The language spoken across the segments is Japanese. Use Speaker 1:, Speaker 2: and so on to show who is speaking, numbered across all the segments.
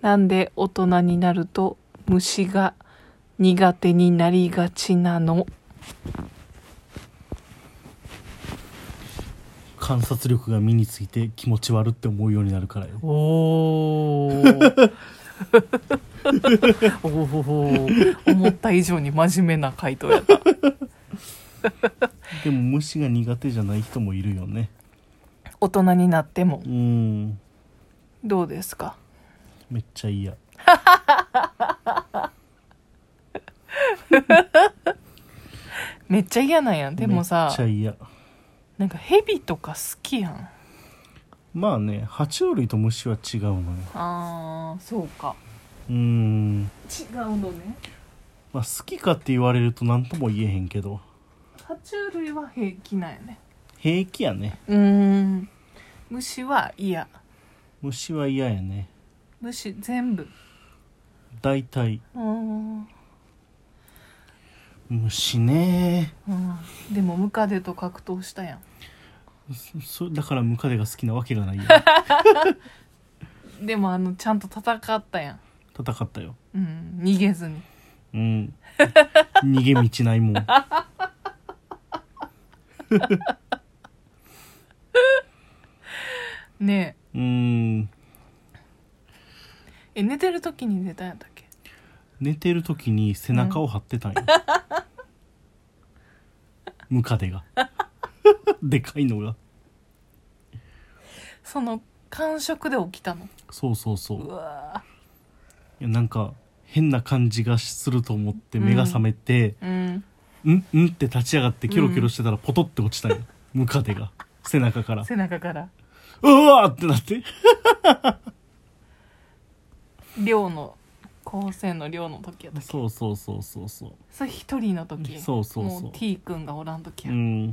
Speaker 1: なんで大人になると虫が苦手になりがちなの
Speaker 2: 観察力が身について気持ち悪って思うようになるからよ
Speaker 1: おおおお思った以上に真面目な回答やった
Speaker 2: でも虫が苦手じゃない人もいるよね
Speaker 1: 大人になっても
Speaker 2: うん
Speaker 1: どうですか
Speaker 2: めっちゃ嫌
Speaker 1: めっちゃ嫌なんやんでも
Speaker 2: め
Speaker 1: さ
Speaker 2: っちゃ嫌
Speaker 1: なんかヘビとか好きやん
Speaker 2: まあね爬虫類と虫は違うのよ
Speaker 1: あーそうか
Speaker 2: うん
Speaker 1: 違うのね
Speaker 2: まあ好きかって言われると何とも言えへんけど
Speaker 1: 爬虫類は平気なんやね
Speaker 2: 平気やね
Speaker 1: うーん虫は嫌
Speaker 2: 虫は嫌やね
Speaker 1: 虫全部
Speaker 2: 大体
Speaker 1: うーん
Speaker 2: 虫ね
Speaker 1: うんでもムカデと格闘したやん
Speaker 2: そそだからムカデが好きなわけがな いよ
Speaker 1: でもあのちゃんと戦ったやん
Speaker 2: 戦ったよ
Speaker 1: うん逃げずに
Speaker 2: うん逃げ道ないもん
Speaker 1: ね
Speaker 2: うん
Speaker 1: ええ寝てる時に出たんやったっけ
Speaker 2: 寝てる時に背中を張ってたんよ、ムカデが でかいのが
Speaker 1: その感触で起きたの
Speaker 2: そうそうそう
Speaker 1: うわ
Speaker 2: いやなんか変な感じがすると思って目が覚めて、
Speaker 1: ーうん
Speaker 2: うんうんって立ち上がってキョロキョロしてたらポトって落ち たんよ、ムカデが背中から
Speaker 1: 背中から
Speaker 2: うわーってなって
Speaker 1: 寮の高専の寮の時やったっけ
Speaker 2: そうそうそうそうそう
Speaker 1: それ一人の時
Speaker 2: そうそうそう
Speaker 1: もう T 君がおらん時
Speaker 2: う
Speaker 1: や、
Speaker 2: ん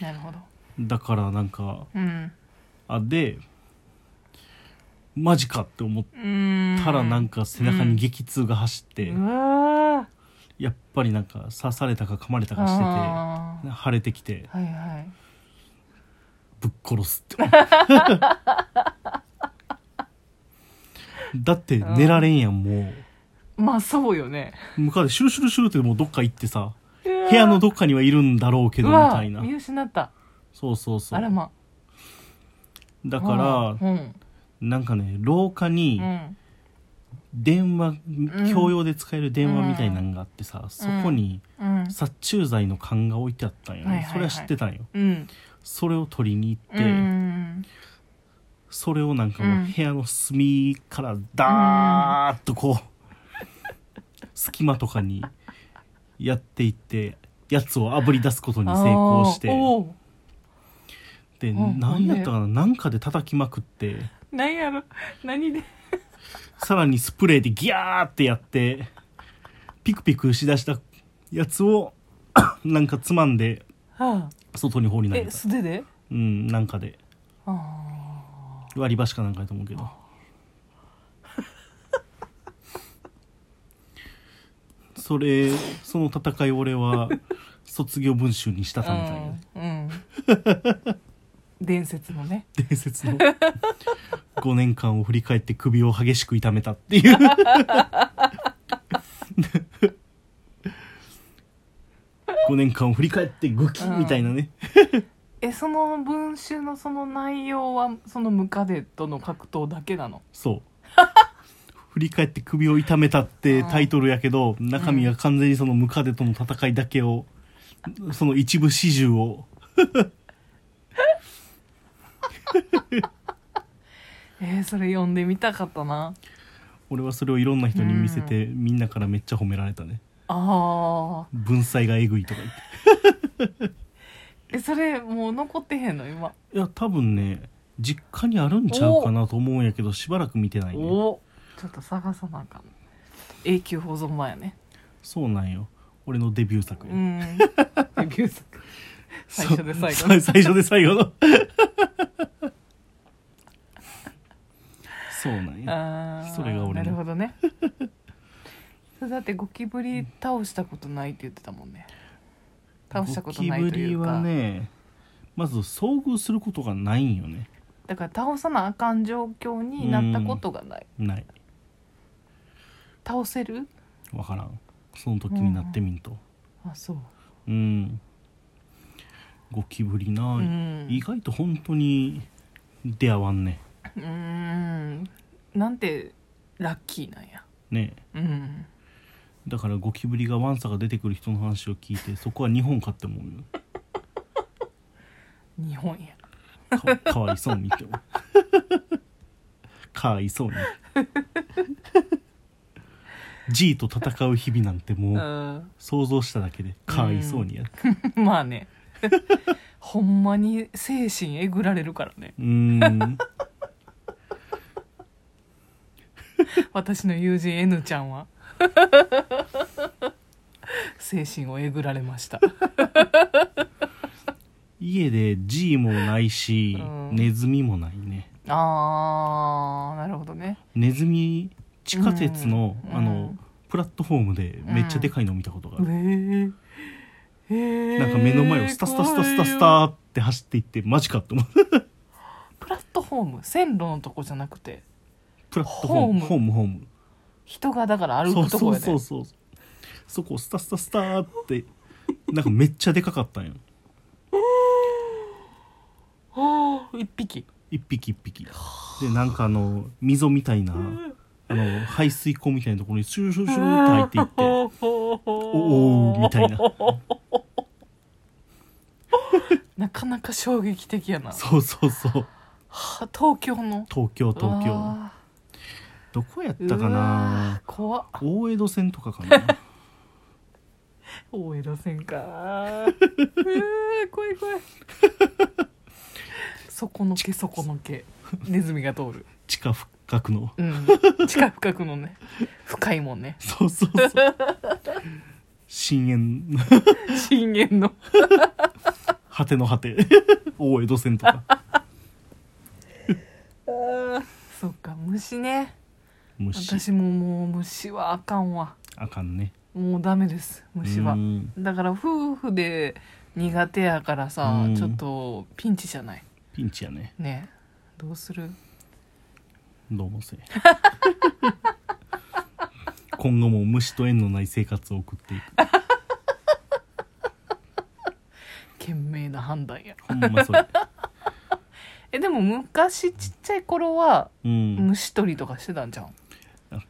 Speaker 1: なるほど
Speaker 2: だからなんか
Speaker 1: うん
Speaker 2: あでマジかって思っ
Speaker 1: うーん
Speaker 2: たらなん
Speaker 1: か
Speaker 2: か背中に激痛が走って、
Speaker 1: うわ
Speaker 2: やっぱりなんか刺されたか噛まれた
Speaker 1: ー
Speaker 2: かして
Speaker 1: あ
Speaker 2: て腫れてきて
Speaker 1: ーはいはい
Speaker 2: ぶっ殺す ってだって寝られんやんも
Speaker 1: まあそうよね
Speaker 2: う向かってシュルシュルシュルってもうどっか行ってさ部屋の
Speaker 1: ど
Speaker 2: どっかにはいるんだろうけどみたいな
Speaker 1: 見失った
Speaker 2: そうそうそ
Speaker 1: あら
Speaker 2: う
Speaker 1: ま
Speaker 2: だか
Speaker 1: うんうん
Speaker 2: らなんかね廊下に
Speaker 1: うん
Speaker 2: 電話
Speaker 1: ん
Speaker 2: 共用で使える電話みたいなんがあってさそこに
Speaker 1: うん
Speaker 2: 殺虫剤の缶が置いてあったんよ
Speaker 1: はいはいはい
Speaker 2: ねそれは知ってたんよ
Speaker 1: うん
Speaker 2: それを取りに行
Speaker 1: う
Speaker 2: って
Speaker 1: ん
Speaker 2: それをなんかもううん部屋の隅からダーッとこう、隙間とかにやっていってやつをあぶり出すことに成功して
Speaker 1: あーおう
Speaker 2: で
Speaker 1: うん
Speaker 2: 何やったかななんかで叩きまくって
Speaker 1: 何やろ何で
Speaker 2: さらにスプレーでギャーってやってピクピクしだしたやつを なんかつまんで
Speaker 1: はあ
Speaker 2: 外に放り投げ
Speaker 1: え
Speaker 2: た
Speaker 1: 素手で
Speaker 2: うんなんかで
Speaker 1: あ
Speaker 2: 割り箸かなんかやと思うけ どそれその戦い俺は卒業文集にしたたみたいな
Speaker 1: ーうんうん伝説のね
Speaker 2: 伝説の5年間を振り返って首を激しく痛めたって いう5年間を振り返ってグキッみたいなね、
Speaker 1: えその文集のその内容はそのムカデとの格闘だけなの
Speaker 2: そう 振り返って首を痛めたってタイトルやけど中身は完全にそのムカデとの戦いだけをその一部始終を
Speaker 1: えー、それ読んでみたかったな
Speaker 2: 俺はそれをいろんな人に見せて、みんなからめっちゃ褒められたね
Speaker 1: あー
Speaker 2: 文才がえぐいとか言って
Speaker 1: えそれもう残ってへんの今
Speaker 2: いや多分ね実家にあるんちゃうかなと思うんやけどしばらく見てないね
Speaker 1: おちょっと探さなあかん永久保存版やね
Speaker 2: そうなんよ俺のデビュー作
Speaker 1: う
Speaker 2: や、
Speaker 1: んデビュー作最初で最後
Speaker 2: そう 最初で最後のそうなんよ
Speaker 1: あー
Speaker 2: それが俺の
Speaker 1: なるほどねそれだってゴキブリ倒したことないって言ってたもんね倒したことないという
Speaker 2: ゴキブリ
Speaker 1: か、
Speaker 2: はねまず遭遇することがないんよね
Speaker 1: だから倒さなあかん状況になったことがない
Speaker 2: ない
Speaker 1: 倒せる
Speaker 2: 分からんその時になってみんと
Speaker 1: あそう
Speaker 2: うん、ゴキブリな、
Speaker 1: うん
Speaker 2: 意外と本当に出会わんね
Speaker 1: うーんなんてラッキーなんや
Speaker 2: ね
Speaker 1: うん
Speaker 2: だからゴキブリがワンサが出てくる人の話を聞いてそこは日本かって思うよ
Speaker 1: 日本や
Speaker 2: か かわいそうにって思う かわ いそうに G と戦う日々なんてもう
Speaker 1: う
Speaker 2: 想像しただけでかわいそうにやって
Speaker 1: ん まあね ほんまに精神えぐられるからね
Speaker 2: うーん
Speaker 1: 私の友人 N ちゃんは精神をえぐられました
Speaker 2: 家で G もないし、
Speaker 1: うん
Speaker 2: ネズミもないね
Speaker 1: あーなるほどね
Speaker 2: ネズミ地下鉄の、
Speaker 1: うん
Speaker 2: あ
Speaker 1: う
Speaker 2: の
Speaker 1: ん
Speaker 2: プラットフォームでめっちゃでかいの見たことがあ
Speaker 1: え
Speaker 2: る、
Speaker 1: ーえー
Speaker 2: なんか目の前をスタスタスタスタス
Speaker 1: 怖いよ
Speaker 2: タって走っていってマジかって思う
Speaker 1: プラットホーム線路のとこじゃなくて
Speaker 2: プラットフォームホ
Speaker 1: ホ
Speaker 2: ームホーム
Speaker 1: 人がだから
Speaker 2: そ
Speaker 1: 歩
Speaker 2: う
Speaker 1: くとこやね
Speaker 2: そうそうそうそこをスタスタスタってなんかめっちゃでかかったんよ
Speaker 1: はあ一匹
Speaker 2: 一匹一匹でなんかあの溝みたいなあの排水溝みたいなところにシュルシュルシュルって入っていって
Speaker 1: おー
Speaker 2: おおみたいな
Speaker 1: なかなか衝撃的やな
Speaker 2: そうそうそう
Speaker 1: はあ東京の
Speaker 2: 東京東
Speaker 1: う
Speaker 2: 京
Speaker 1: わ
Speaker 2: どこやっ
Speaker 1: ー
Speaker 2: たか
Speaker 1: うわー
Speaker 2: な
Speaker 1: 怖っ
Speaker 2: 大江戸線とか かな
Speaker 1: 大江戸線 かうー怖い怖いそこのけそこのけネズミが通る
Speaker 2: 地下深くの
Speaker 1: うん地下深くのね深いもんね
Speaker 2: そうそうそう深淵
Speaker 1: 深淵の
Speaker 2: 果ての果 て大江戸線とか
Speaker 1: そっか虫ね
Speaker 2: 虫
Speaker 1: 私ももう虫はあかんわ
Speaker 2: あかんね
Speaker 1: もうダメです虫は
Speaker 2: うん
Speaker 1: だから夫婦で苦手やからさ
Speaker 2: うん
Speaker 1: ちょっとピンチじゃない
Speaker 2: ピンチやね
Speaker 1: ねどうする
Speaker 2: どう もせ今後も虫と縁のない生活を送っていく
Speaker 1: 賢明な判断や
Speaker 2: ほんまそれ
Speaker 1: えでも昔ちっちゃい頃は
Speaker 2: うん
Speaker 1: 虫取りとかしてたんじゃん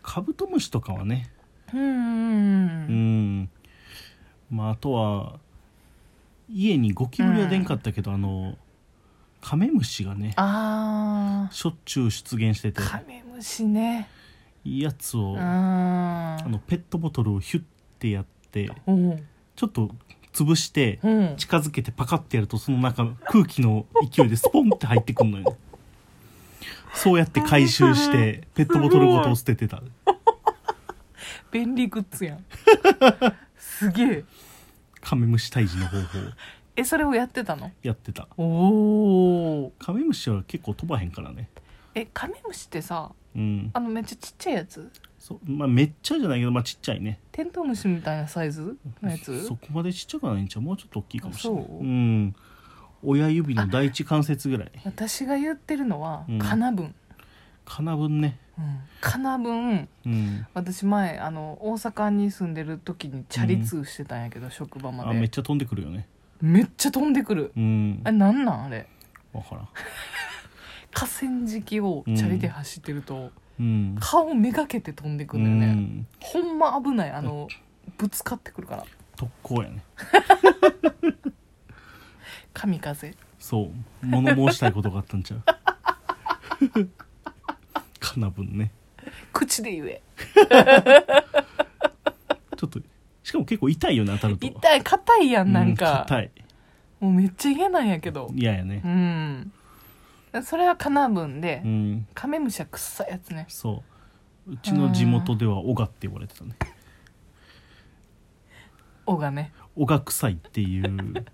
Speaker 2: カブトムシとかはね
Speaker 1: うん
Speaker 2: う
Speaker 1: うん
Speaker 2: んまああとは家にゴキブリは出んかったけど、あのカメムシがね
Speaker 1: あー
Speaker 2: しょっちゅう出現してて
Speaker 1: カメムシね
Speaker 2: やつ
Speaker 1: う
Speaker 2: を
Speaker 1: ん
Speaker 2: あのペットボトルをヒュッてやって
Speaker 1: うん
Speaker 2: ちょっと潰して
Speaker 1: うん
Speaker 2: 近づけてパカッてやるとその中空気の勢いでスポンって入ってくんのよそうやって回収してペットボトルごと捨ててた
Speaker 1: 便利グッズやん すげえ
Speaker 2: カメムシ退治の方法
Speaker 1: えそれをやってたの
Speaker 2: やってた
Speaker 1: おお
Speaker 2: カメムシは結構飛ばへんからね
Speaker 1: えカメムシってさ
Speaker 2: うん
Speaker 1: あのめっちゃちっちゃいやつ
Speaker 2: そうまあめっちゃじゃないけどまあちっちゃいね
Speaker 1: テントウムシみたいなサイズのやつ
Speaker 2: そこまでちっちゃくはないんちゃうもうちょっと大きいかもしれない
Speaker 1: あそううん
Speaker 2: 親指の第一関節ぐらい
Speaker 1: 私が言ってるのは、
Speaker 2: うん
Speaker 1: カナブン、
Speaker 2: かな分ね
Speaker 1: うん、カナブン
Speaker 2: うん
Speaker 1: 私前あの大阪に住んでる時にチャリ通してたんやけど、職場ま
Speaker 2: あ
Speaker 1: で
Speaker 2: め
Speaker 1: め
Speaker 2: っちゃ飛んでくるよね
Speaker 1: っちゃ飛んでくる
Speaker 2: うん
Speaker 1: あれなんなんあれ
Speaker 2: わからん
Speaker 1: 河川敷をチャリで走ってると、
Speaker 2: うん
Speaker 1: 顔めがけて飛んでくるんだ
Speaker 2: う
Speaker 1: よね、
Speaker 2: ん
Speaker 1: ほんま危ないあのぶつかってくるから
Speaker 2: 特攻やね
Speaker 1: 神風
Speaker 2: そう物申したいことがあったんちゃう かなぶんね
Speaker 1: 口で言え
Speaker 2: ちょっとしかも結構痛いよね当たると
Speaker 1: 痛い硬いやんなん
Speaker 2: う
Speaker 1: か、
Speaker 2: 硬い
Speaker 1: もうめっちゃ嫌なんやけど
Speaker 2: 嫌や
Speaker 1: う
Speaker 2: ね
Speaker 1: んそれはカナブンで、
Speaker 2: うん
Speaker 1: カメムシはくっさいやつね
Speaker 2: そううちの地元では「おが」って言われてたね
Speaker 1: 尾がね
Speaker 2: 「おが臭い」っていう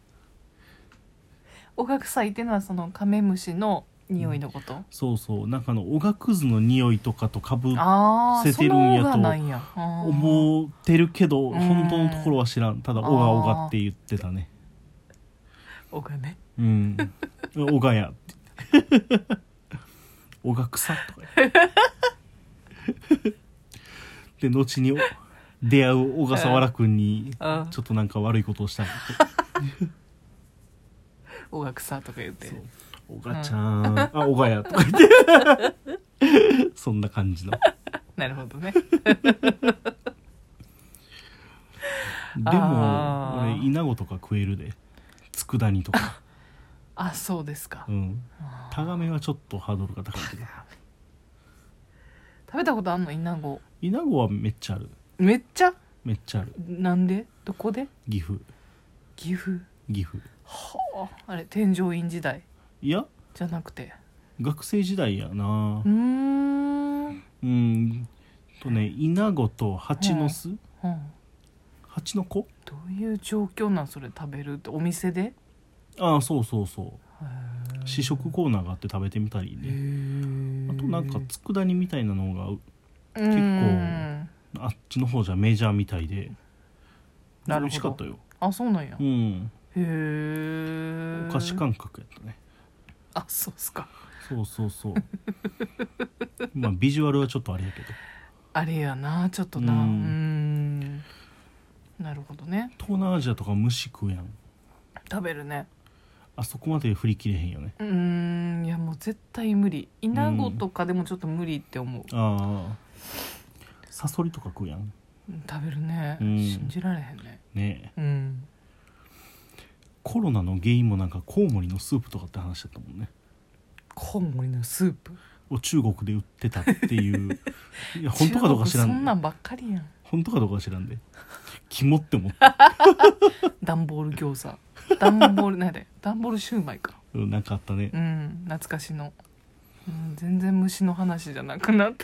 Speaker 1: 尾が臭いっていうのはそのカメムシの匂いのこと、
Speaker 2: そうそうなんかあのおがくずの匂いとかとかぶ
Speaker 1: ああ
Speaker 2: 捨て
Speaker 1: そ
Speaker 2: てるん
Speaker 1: の
Speaker 2: や
Speaker 1: 尾
Speaker 2: と
Speaker 1: がなんやあー
Speaker 2: 思ってるけど
Speaker 1: ん
Speaker 2: 本当のところは知らんただ「おがおが」って言ってたね
Speaker 1: 尾がね
Speaker 2: うん「おがや」 って 「おがくさ」とかで後にお出会う小笠原君に
Speaker 1: うん
Speaker 2: ちょっとなんか悪いこと をしたり
Speaker 1: 「おがくさ」とか言って
Speaker 2: そう「小賀ちゃん」あ小賀や」とか 言ってそんな感じの
Speaker 1: なるほどね
Speaker 2: で
Speaker 1: あ
Speaker 2: も
Speaker 1: ー
Speaker 2: 俺稲子とか食えるで佃煮 とか
Speaker 1: あそうですか、
Speaker 2: うんタガメはちょっとハードルが高いけど
Speaker 1: 食べたことあんのイナゴ
Speaker 2: 稲子はめっちゃある
Speaker 1: めっちゃ
Speaker 2: めっちゃある
Speaker 1: なんでどこで
Speaker 2: 岐阜
Speaker 1: 岐阜
Speaker 2: 岐阜
Speaker 1: はああれ天上院時代
Speaker 2: いや
Speaker 1: じゃなくて
Speaker 2: 学生時代やな
Speaker 1: うーん、うん、
Speaker 2: うんとね稲子と蜂の巣蜂の子
Speaker 1: どういう状況なんそれ食べるってお店で
Speaker 2: ああそうそうそう試食コーナーがあって食べてみたりねあとなんか佃煮みたいなのが
Speaker 1: 結
Speaker 2: 結あっちの方じゃメジャーみたいで美
Speaker 1: なるほど
Speaker 2: 味しかったよ
Speaker 1: あそうなんや、
Speaker 2: う
Speaker 1: へ
Speaker 2: ん
Speaker 1: え
Speaker 2: お菓子感覚やったね
Speaker 1: あそうっすか
Speaker 2: そうそうそう まあビジュアルはちょっとあれやけど
Speaker 1: あれやなちょっとなう
Speaker 2: うん
Speaker 1: ーんなるほどね
Speaker 2: 東南アジアとか虫食うやん
Speaker 1: 食べるね
Speaker 2: あそこまで振り切れへんよね
Speaker 1: うーんいやもう絶対無理イナゴとかでもちょっと無理って思う、
Speaker 2: ああサソリとか食うやん
Speaker 1: うん食べるね、
Speaker 2: うん
Speaker 1: 信じられへんね
Speaker 2: ねえ
Speaker 1: うん
Speaker 2: コロナの原因もなんかコウモリのスープとかって話だったもんね
Speaker 1: コウモリのスープ
Speaker 2: を中国で売ってたって いういや本当かどうか知ら
Speaker 1: 中国そんなんんばっかりやん
Speaker 2: 本当かどうか知らんで肝って思った
Speaker 1: 段ボール餃子段ボールなんで段ボールシューマイか
Speaker 2: うんなんかあったね
Speaker 1: うん懐かしの、うん、全然虫の話じゃなくなった